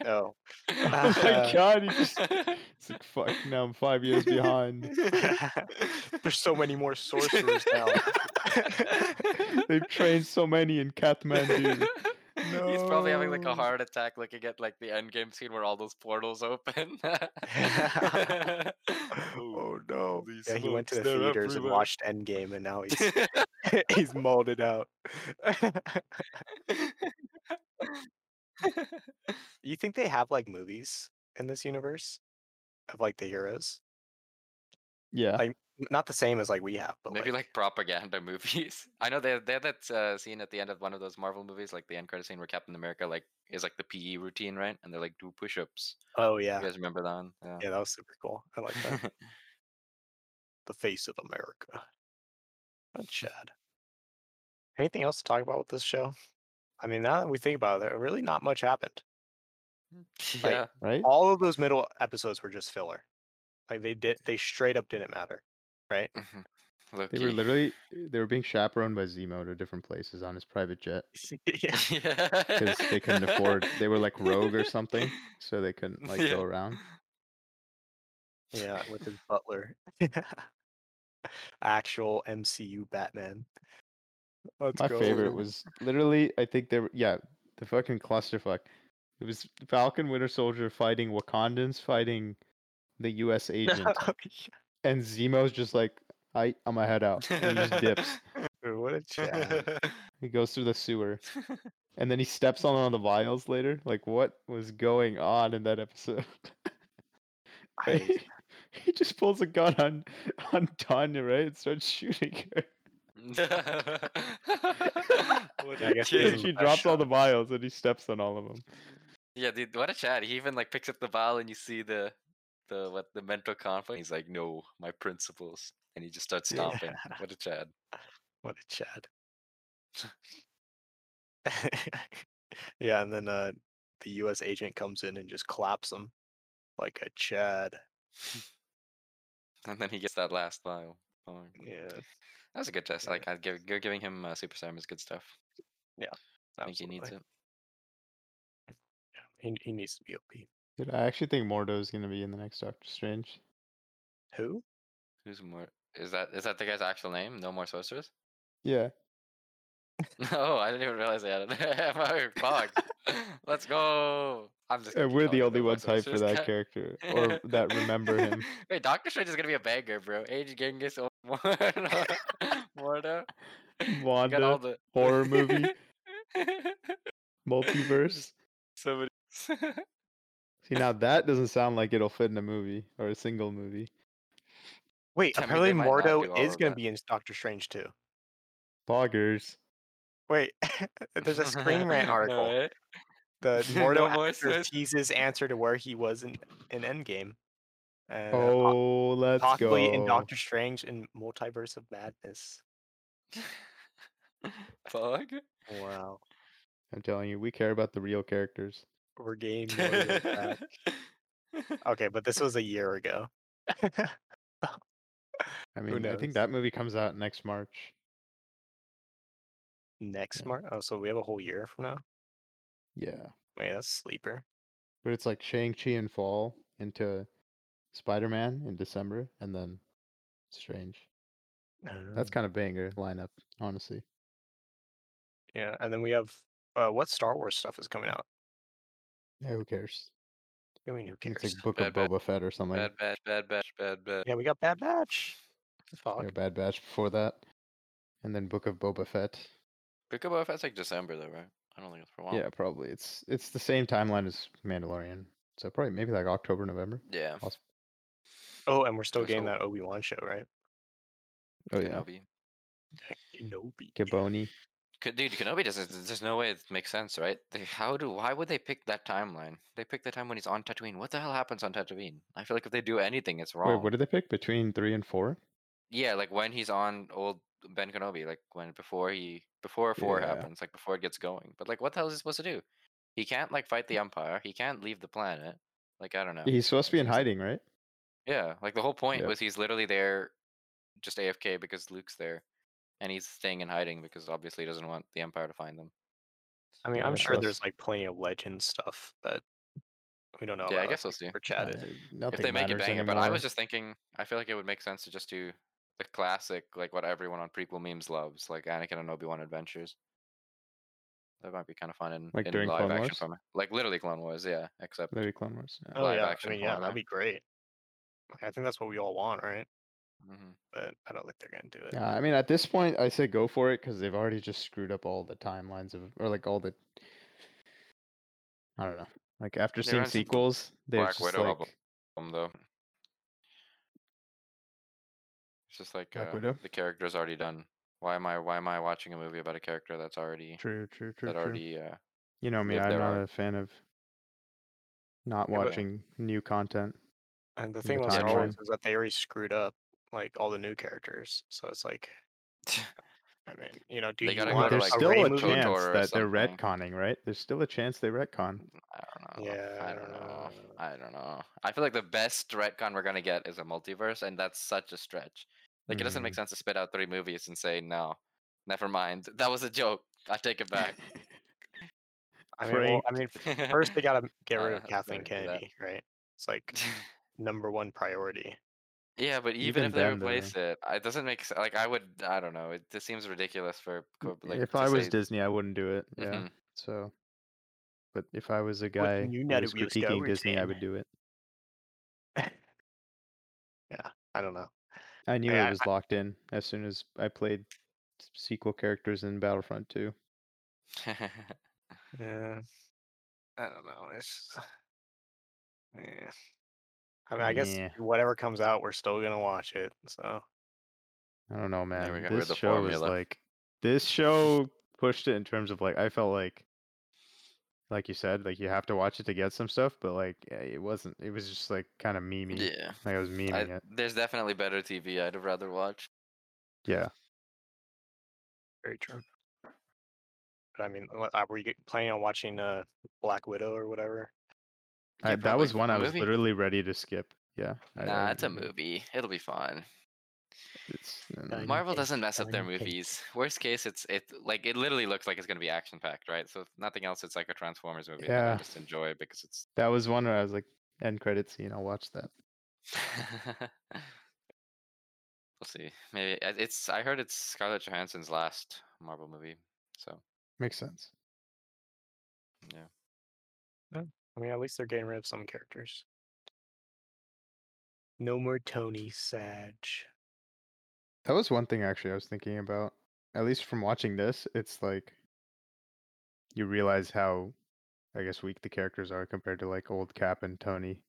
Oh,
Oh my
Uh,
god, he just it's like fuck now I'm five years behind.
there's so many more sorcerers now.
They've trained so many in Kathmandu.
He's probably having like
No.
a heart attack looking at like the end game scene where all those portals open.
oh no!
these
Yeah, he went to the
smokes, they're
theaters and
everywhere.
watched Endgame, and now he's he's molded out. you think they have like movies in this universe of like the heroes?
Yeah.
Like- N- Not the same as like we have, but
Maybe like propaganda movies. I know they they had that uh, scene at the end of one of those Marvel movies, like the end credit scene where Captain America like is like the PE routine, right? And they're like do push-ups.
oh yeah,
You guys remember that? One?
yeah, that was super cool. I like that. the face of America. Not Chad. Anything else to talk about with this show? I mean, now that we think about it, there really not much happened.
yeah.
right?
All of those middle episodes were just filler. Like they did, they straight up didn't matter.
Mhm. Low-key.
They were literally they were being chaperoned by Zemo to different places on his private jet
yeah.
because they couldn't afford. They were like rogue or something, so they couldn't like
Yeah.
go around.
Yeah, with his butler. Actual MCU Batman. Let's
My
go.
favorite was literally I think they were yeah the fucking clusterfuck. It was Falcon Winter Soldier fighting Wakandans fighting the U.S. agent,
Oh,
and Zemo's just like I I'm gonna head out. And he just dips.
Dude, what a Chad.
He goes through the sewer, and then he steps on one of the vials later. Like what was going on in that episode?
I,
he just pulls a gun on on Tanya, right? And starts shooting her.
what
Yeah,
a
I guess he
kid.
is.
she
a
drops all
shot.
the vials and he steps on all of them.
Yeah, dude, what a chat. He even like picks up the vial and you see the the what the mental conflict. He's like, no, my principles. And he just starts
Yeah.
stomping. What a Chad.
what a Chad. yeah, and then uh, the U.S. agent comes in and just claps him like a Chad.
And then he gets that last vial. Oh, my God.
Yeah.
That was a good test.
Yeah.
Like, I'd give you're giving him uh, Super Sam is good stuff. I think he needs
absolutely.
it.
He, he needs to be OP.
Dude, I actually think Mordo is gonna be in the next Doctor Strange.
Who?
Who's more? Is that is that the guy's actual name? No more sorcerers?
Yeah,
No, I didn't even realize they had it. Fuck, Fuck. Let's go. I'm just. gonna
and
keep
we're
calling
the
him
only
No More
ones hyped for
Sorcerers
that
guy.
character or that remember him.
Wait, Doctor Strange is gonna be a banger, bro. Age Genghis, O- Mordo. You Got all
Wanda,
the
horror movie, multiverse.
So many.
See, now that doesn't sound like it'll fit in a movie or a single movie.
Wait,
I mean, they
apparently
might not do
Mordo
all
is
of
going
that.
to be in Doctor Strange too.
Boggers.
Wait, there's a Screen Rant article.
Alright.
The
No
Mordo
more
actor
sis.
teases answer to where he was in, in Endgame. And, uh, po-
Oh, let's
possibly
go.
in Doctor Strange in Multiverse of Madness.
Fuck.
Wow.
I'm telling you, we care about the real characters.
We're getting Mordo back. Okay, but this was a year ago.
I mean, I
knows?
think that movie comes out next March.
Next
Yeah.
March. Oh, so we have a whole year from now?
Yeah.
Wait, that's sleeper.
But it's like Shang-Chi in fall into Spider-Man in December and then Strange. That's
Um,
kind of banger lineup, honestly.
yeah. And then we have uh, what Star Wars stuff is coming out?
Yeah, who cares?
I mean, who
I think
cares?
It's like Book
Bad
of
Batch.
Boba Fett or something.
Bad batch, bad batch, bad batch.
Yeah, we got Bad Batch. Fuck.
Yeah, Bad Batch before that. And then Book of Boba Fett.
Book of Boba Fett's like December though, right? I don't think it's for a while.
Yeah, probably. It's it's the same timeline as Mandalorian. So probably maybe like October, November.
Yeah.
Oh, and we're still
There's
getting
no-
that Obi Wan show, right?
Oh yeah.
Kenobi.
Kenobi.
Gaboni.
Could, dude, Kenobi doesn't. There's no way it makes sense, right? They, how do? Why would they pick that timeline? They pick the time when he's on Tatooine. What the hell happens on Tatooine? I feel like if they do anything, it's wrong.
Wait, what did they pick between three and four?
Yeah, like when he's on old Ben Kenobi, like when before he before four
Yeah.
happens, like before it gets going. But like, what the hell is he supposed to do? He can't like fight the Empire. He can't leave the planet. Like I don't know.
He's supposed to be in
Seems-
hiding, right?
Yeah, like the whole point
Yeah.
was he's literally there, just AFK because Luke's there, and he's staying in hiding because obviously he doesn't want the Empire to find them.
I mean, I'm
Yeah,
sure
so-
there's like plenty of legend stuff that we
Oh,
don't know.
yeah, I
about
guess we'll see.
or chatted.
Uh, nothing
if they make it
matters
bang it, but I
anymore.
was just thinking, I feel like it would make sense to just do the classic, like what everyone on prequel memes loves, like Anakin and Obi Wan adventures. That might be kind of fun in,
Like
in
during
live
Clone
action
Wars?
format. Like literally Clone Wars, yeah. Except
Literally Clone Wars. yeah.
Oh
live
yeah,
action
I mean, yeah,
format.
that'd be great. Like, I think that's what we all want, right?
Mhm.
But I don't think they're gonna do it.
Yeah, I mean, at this point, I say go for it because they've already just screwed up all the timelines of, or like all the, I don't know. Like after
They
seeing
ran some
sequels, they're
Black
just
Widow
like,
album, um, though. It's just like
Black
uh,
Widow?
the character's already done. Why am I why am I watching a movie about a character that's already
true, true, true,
that
true.
already uh,
you know me,
lived
I'm
their
not
art.
a fan of not
Yeah, but-
watching new content.
And the
the
thing with Star Wars
timeline.
is that they already screwed up like all the new characters. So it's like, I mean, you know, do
They
you
gotta go
want
to,
there's
like,
still
Rey
a
movie?
chance
Totoro or
that they're
something.
retconning, right? There's still a chance they retcon.
I don't know. I don't know.
Yeah.
I don't know. I feel like the best retcon we're gonna get is a multiverse, and that's such a stretch. Like it doesn't make
Mm-hmm.
sense to spit out three movies and say no, never mind. That was a joke. I take it
Mm-hmm.
back.
I mean, well,
Frank.
I mean, first they gotta get rid
Uh,
of Kathleen
sorry for that.
Kennedy, right? It's like number one priority.
yeah, but even,
Even
if they
then, though.
replace it, it doesn't make sense. Like I would, I don't know. It just seems ridiculous for co- like.
if
to
I was
say-
Disney, I wouldn't do it. Yeah.
Mhm.
So, but if I was a guy
new
who
net
was
we was go
critiquing Disney, I
routine.
would do it.
I don't know.
I knew
I-
it was locked in as soon as I played s- sequel characters in Battlefront 2.
Yeah, I don't know. It's yeah. I mean, I guess
Yeah.
whatever comes out, we're still gonna watch it. So
I don't know,
There we
man.
go, we're
This
the
show was
formula.
like this show pushed it in terms of like I felt like like you said, like you have to watch it to get some stuff, but like yeah, it wasn't it was just like kind of memey.
yeah.
Like I was memeing
I,
it.
there's definitely better TV I'd rather watch.
Yeah.
very true. But I mean, what- uh, were you planning on watching uh, Black Widow or whatever?
I,
Yeah,
that
probably
was one I was
movie.
literally ready to skip. Yeah. I- I
Nah, it's a
remember.
movie. It'll be fine.
It's
Nah,
I mean,
Mar-
Marvel
case,
doesn't mess up their
Lion King.
movies. Worst case, it's it like it literally looks like it's gonna be action packed, right? So if nothing else, it's like a Transformers movie that
Yeah.
I just enjoy because it's.
that was one where I was like end credit scene, I'll watch that.
we'll see. Maybe I- it's. I heard it's Scarlett Johansson's last Marvel movie. So
Makes sense.
I mean, at least they're getting rid of some characters. No more Tony Sag.
That was one thing actually I was thinking about. At least from watching this, it's like you realize how I guess weak the characters are compared to like old Cap and Tony.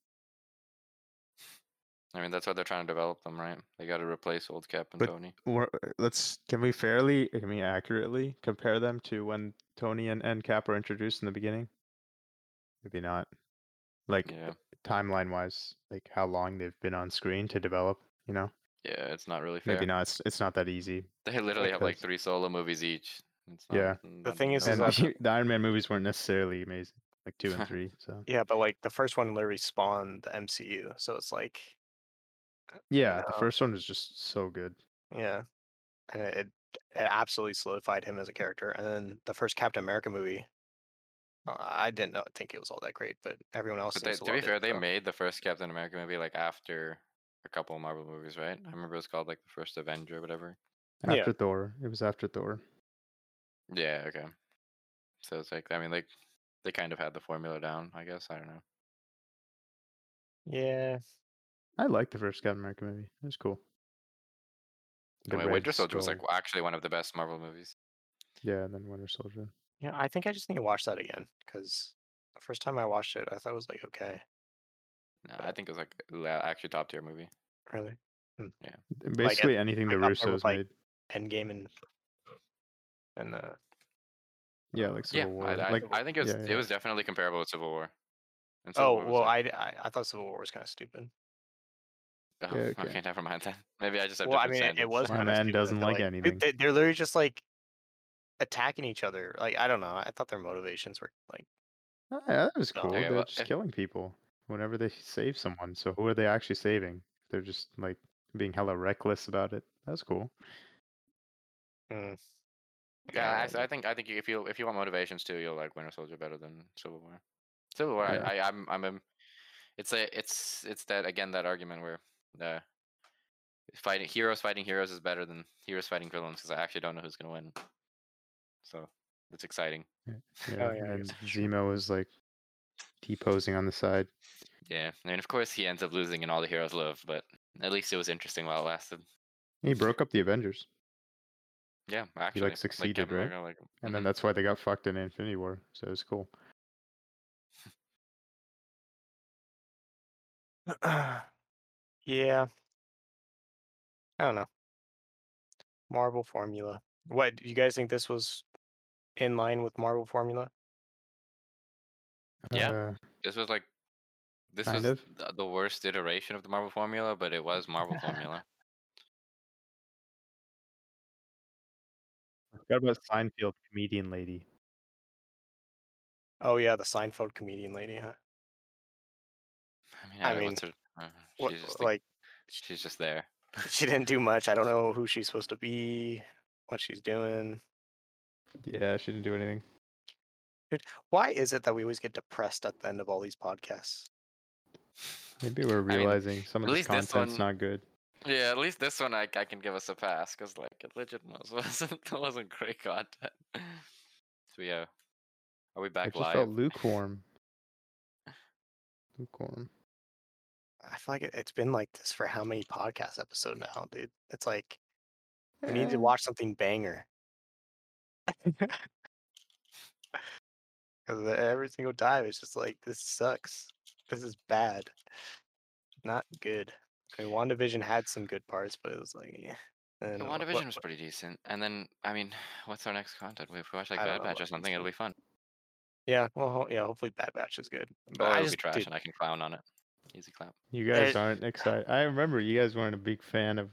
I mean, that's why they're trying to develop them, right? They got to replace old Cap and
But-
Tony.
Or uh, let's can we fairly, I mean accurately compare them to when Tony and, and Cap were introduced in the beginning? Maybe not. Like
Yeah,
timeline wise, like how long they've been on screen to develop, you know?
yeah. It's not really fair.
Maybe not. It's, it's not that easy.
They literally have like
because-
three solo movies each. It's not,
Yeah.
mm,
The
not-
thing is- is
no
And
that
one's-
the Iron Man movies weren't necessarily amazing, like two and three. So
Yeah, but like the first one literally spawned the MCU, so it's like,
yeah, the
know?
first one was just so good.
yeah, and it, it absolutely solidified him as a character. And then the first Captain America movie, uh, I didn't know, think it was all that great, but everyone else.
But they,
seems
to be
love it,
fair, they
so-
made the first Captain America movie like after a couple of Marvel movies, right?
Mm-hmm.
I remember it was called like the first Avenger or whatever.
Yeah.
After Thor. It was after Thor.
Yeah, okay. So it's like I mean like they kind of had the formula down, I guess. I don't know.
Yeah,
I liked the first Captain America movie. It was cool.
I mean,
Red
Winter Soldier was like
Skull.
actually one of the best Marvel movies.
Yeah, and then Winter Soldier.
Yeah, I think I just need to watch that again because the first time I watched it, I thought it was like okay,
No, I think it was like la- actually top tier movie.
really.
Basically anything
like
the
up there
Russo's
with, like,
made.
Endgame and and uh,
Yeah, like Civil
yeah,
War.
I, I,
like
I think it was
yeah,
it
yeah.
was definitely comparable to Civil War. And Civil
oh
War was,
well,
like-
I, I I thought Civil War was kind of stupid.
oh,
Yeah, okay.
okay, never mind then. Maybe I just have
well, I
different
mean, it- it was
standards.
My
kinda
man
stupid, I
doesn't
feel
like
Dude,
anything.
They, they're literally just like attacking each other. Like I don't know. I thought their motivations were like
Oh, yeah, that was
No.
cool.
Okay,
They're
well,
just
if-
killing people whenever they save someone. So who are they actually saving? They're just like being hella reckless about it. That's cool.
mm,
Yeah, I,
Yeah.
s- I think I think if you if you want motivations too, you'll like Winter Soldier better than Civil War. Civil War,
Yeah.
I, I I'm I'm, im- it's a it's it's that again that argument where uh, fighting heroes fighting heroes is better than heroes fighting villains because I actually don't know who's gonna win. So it's exciting.
Yeah,
yeah, I
and
guess that's true.
Zemo is like deposing on the side.
Yeah, and of course he ends up losing and all the heroes live, but at least it was interesting while it lasted.
He broke up the Avengers,
Yeah, actually,
succeeded,
Captain
right?
America, like,
and
mhm.
then that's why they got fucked in Infinity War. So it was cool.
yeah. I don't know. Marvel formula. What do you guys think this was in line with Marvel formula?
Yeah.
Uh,
this was like this
Kind
was
of.
th- the worst iteration of the Marvel formula, but it was Marvel formula.
forgot about Seinfeld comedian lady.
Oh yeah, the Seinfeld comedian lady, huh?
I mean,
I
I mean
mean,
what's her, uh,
What,
she's just like
like
she's just there.
she didn't do much. I don't know who she's supposed to be, what she's doing.
Yeah, she didn't do anything.
Why is it that we always get depressed at the end of all these podcasts?
Maybe we're
mean,
realizing some
at
of this
least this
content's
one-
not good.
Yeah, at least this one I, I can give us a pass because like it legit was wasn't it wasn't great content. So yeah, are we
I
back
just
live?
felt lukewarm. lukewarm.
I feel like it, it's been like this for how many podcast episodes now, dude? It's like we need
Uh.
to watch something banger. Because every single time it's just like this sucks. This is bad. Not good. I mean, WandaVision had some good parts, but it was like, yeah. And
The
what- what-
WandaVision was pretty decent, and then I mean, what's our next content? If we watch like
I don't
Bad
know
Batch or
what
something, it'll be fun.
yeah, well, ho- yeah. Hopefully, Bad Batch is good.
But
I
it'll be
just-
trash,
dude,
and I can clown on it. Easy clown.
You guys
There's-
aren't excited. I remember you guys weren't a big fan of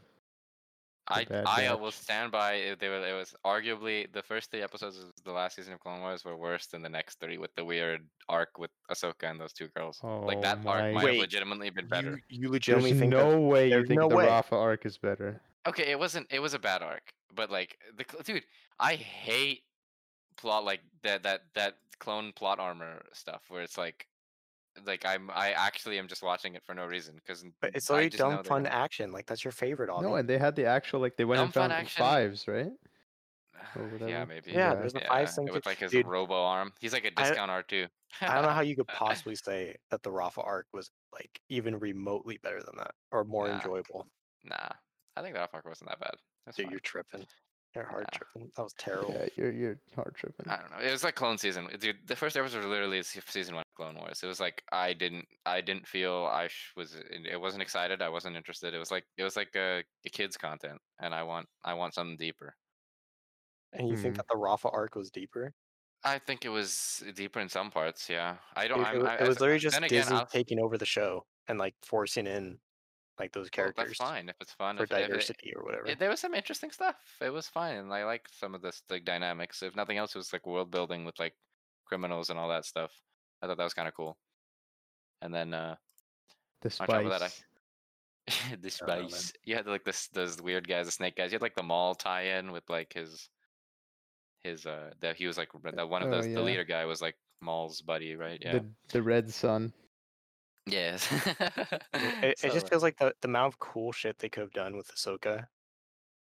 I
Bad
I uh, will
Batch.
stand by it. They were, it was arguably the first three episodes of the last season of Clone Wars were worse than the next three with the weird arc with Ahsoka and those two girls. like that
Oh my-
arc might have
Wait,
legitimately been better.
You, you
There's
legitimately think that-
no way you
there's
think
no
the
way.
Rafa arc is better.
Okay, it wasn't. It was a bad arc, but like the cl- dude, I hate plot like that that that clone plot armor stuff where it's like like I'm I actually am just watching it for no reason because
but it's
I
already
just know
dumb
they
fun
don't-
action. Like that's your favorite. All
No, and they had the actual like they went and
Dumb fun
found
action.
fives, right? or
yeah
whatever.
maybe
yeah,
Yeah.
there's the
yeah,
five thing.
with like his
dude,
robo arm. He's like a
I-
discount art too.
I don't know how you could possibly say that the Rafa arc was like even remotely better than that or more
Nah.
enjoyable.
Nah, I think that fuck wasn't that bad. That's
Dude,
fine.
you're tripping. You're hard
Nah.
tripping. That was terrible.
Yeah, you're you're hard tripping.
I don't know. It was like Clone Season, dude. The first episode was literally is season one of Clone Wars. It was like I didn't, I didn't feel I sh- was. in- It wasn't excited. I wasn't interested. It was like it was like a, a kids content, and I want, I want something deeper.
And you think
mm-hmm.
Hmm.
that the Rafa arc was deeper?
I think it was deeper in some parts. Yeah, I don't.
Dude,
I'm,
it, wa-
I, uh,
it was literally just
then again,
Disney
I'll-
taking over the show and like forcing in like those
well,
characters
that's fine if it's fun.
for
if it- if it-
diversity or whatever.
it- there was some interesting stuff. It was fun, and I liked some of this like dynamics. If nothing else, it was like world building with like criminals and all that stuff. I thought that was kind of cool. And then. uh
The
on top of that, I-
spice.
the
don't know, man.
spice. You had like this those weird guys, the snake guys. You had like the mall tie-in with like his his uh that he was like r- that one of
Oh,
those
yeah.
the leader guy was like Maul's buddy, right? Yeah.
The the red sun.
Yes.
It, it just
So,
feels like the, the amount of cool shit they could have done with Ahsoka,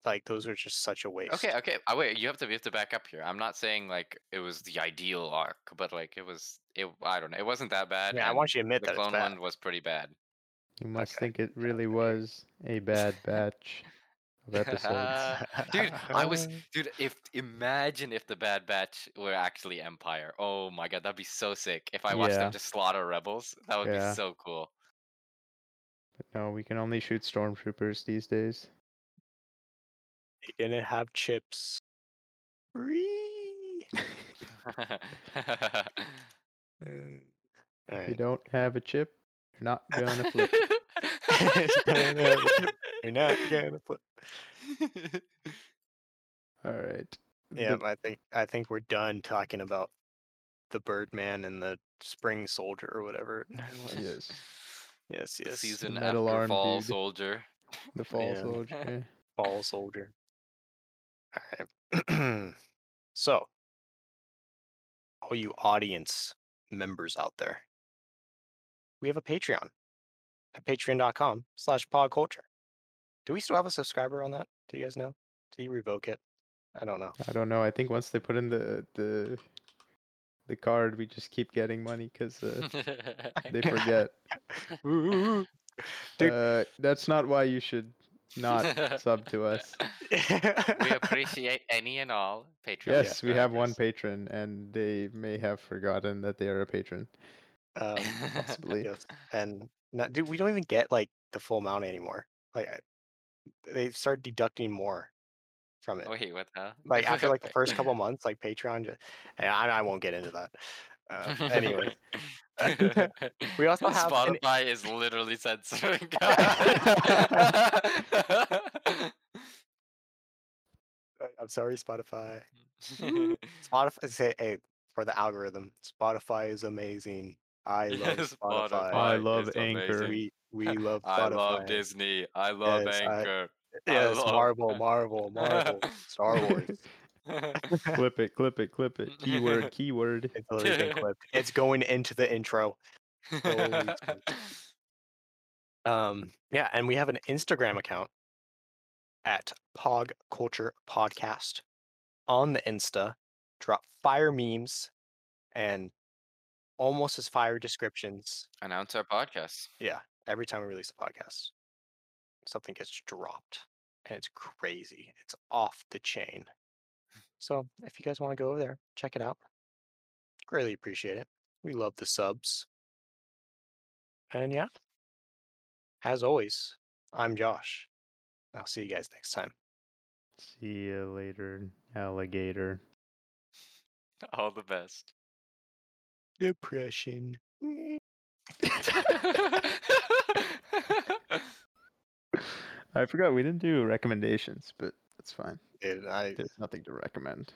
like those are just such a waste.
Okay, okay. Uh, wait, you have to you have to back up here. I'm not saying like it was the ideal arc, but like it was it I don't know. It wasn't that
I,
bad.
mean, I
and
want you to admit
the
that it's
clone
bad.
one was pretty bad.
You must
Okay.
think it really was a bad batch. of episodes.
Dude, I was dude, if imagine if the Bad Batch were actually Empire. Oh my god, that'd be so sick. If I watched
Yeah.
them just slaughter rebels, that would
Yeah.
be so cool.
no, we can only shoot stormtroopers these days.
They didn't have chips. Free.
If you don't have a chip, you're not gonna flip.
You're not gonna flip.
All right.
Yeah,
The-
I think I think we're done talking about the Birdman and the Spring Soldier or whatever. it was.
Yes.
Yes, yes.
Season
metal
after
arm
fall
dude.
soldier.
The fall
Yeah.
soldier. yeah.
Fall Soldier. All right. so, all you audience members out there, we have a Patreon at patreon.com slash podculture. Do we still have a subscriber on that? Do you guys know? Did you revoke it? I don't know.
I don't know. I think once they put in the the the card, we just keep getting money because uh, they forget.
Ooh. Dude.
Uh, that's not why you should not sub to us.
we appreciate any and all Patreon.
Yes, we have one
subscribers.
patron, and they may have forgotten that they are a patron.
um,
possibly.
yes, And not, dude, we don't even get like the full amount anymore. Like I, they've started deducting more from it.
Wait, what the? hell?
like after like the first couple months, like Patreon, just, and I, I won't get into that. Uh, anyway, we also have an-
Spotify is literally censoring.
I- I'm sorry, Spotify. Spotify, say, hey, for the algorithm, Spotify is amazing. I love
Yes,
Spotify.
Spotify.
I
Right,
love
it's
Anchor.
amazing.
We we love Spotify.
I love Disney. I love
Yes, I-
Anchor. I
Yes,
love-
Marvel, Marvel, Marvel, Star Wars.
clip it, clip it, clip it. Keyword, keyword.
It's literally been clipped. It's going into the intro. Um, yeah, and we have an Instagram account at Pog Culture Podcast. On the Insta, drop fire memes and almost as fire descriptions
Announce our podcast.
every time we release a podcast. Something gets dropped, and it's crazy. It's off the chain. So if you guys want to go over there, check it out. Greatly appreciate it. We love the subs. And yeah, as always, I'm Josh. I'll see you guys next time.
See you later, alligator.
All the best.
Depression.
I forgot we didn't do recommendations, but that's fine.
Dude, I
There's nothing to recommend.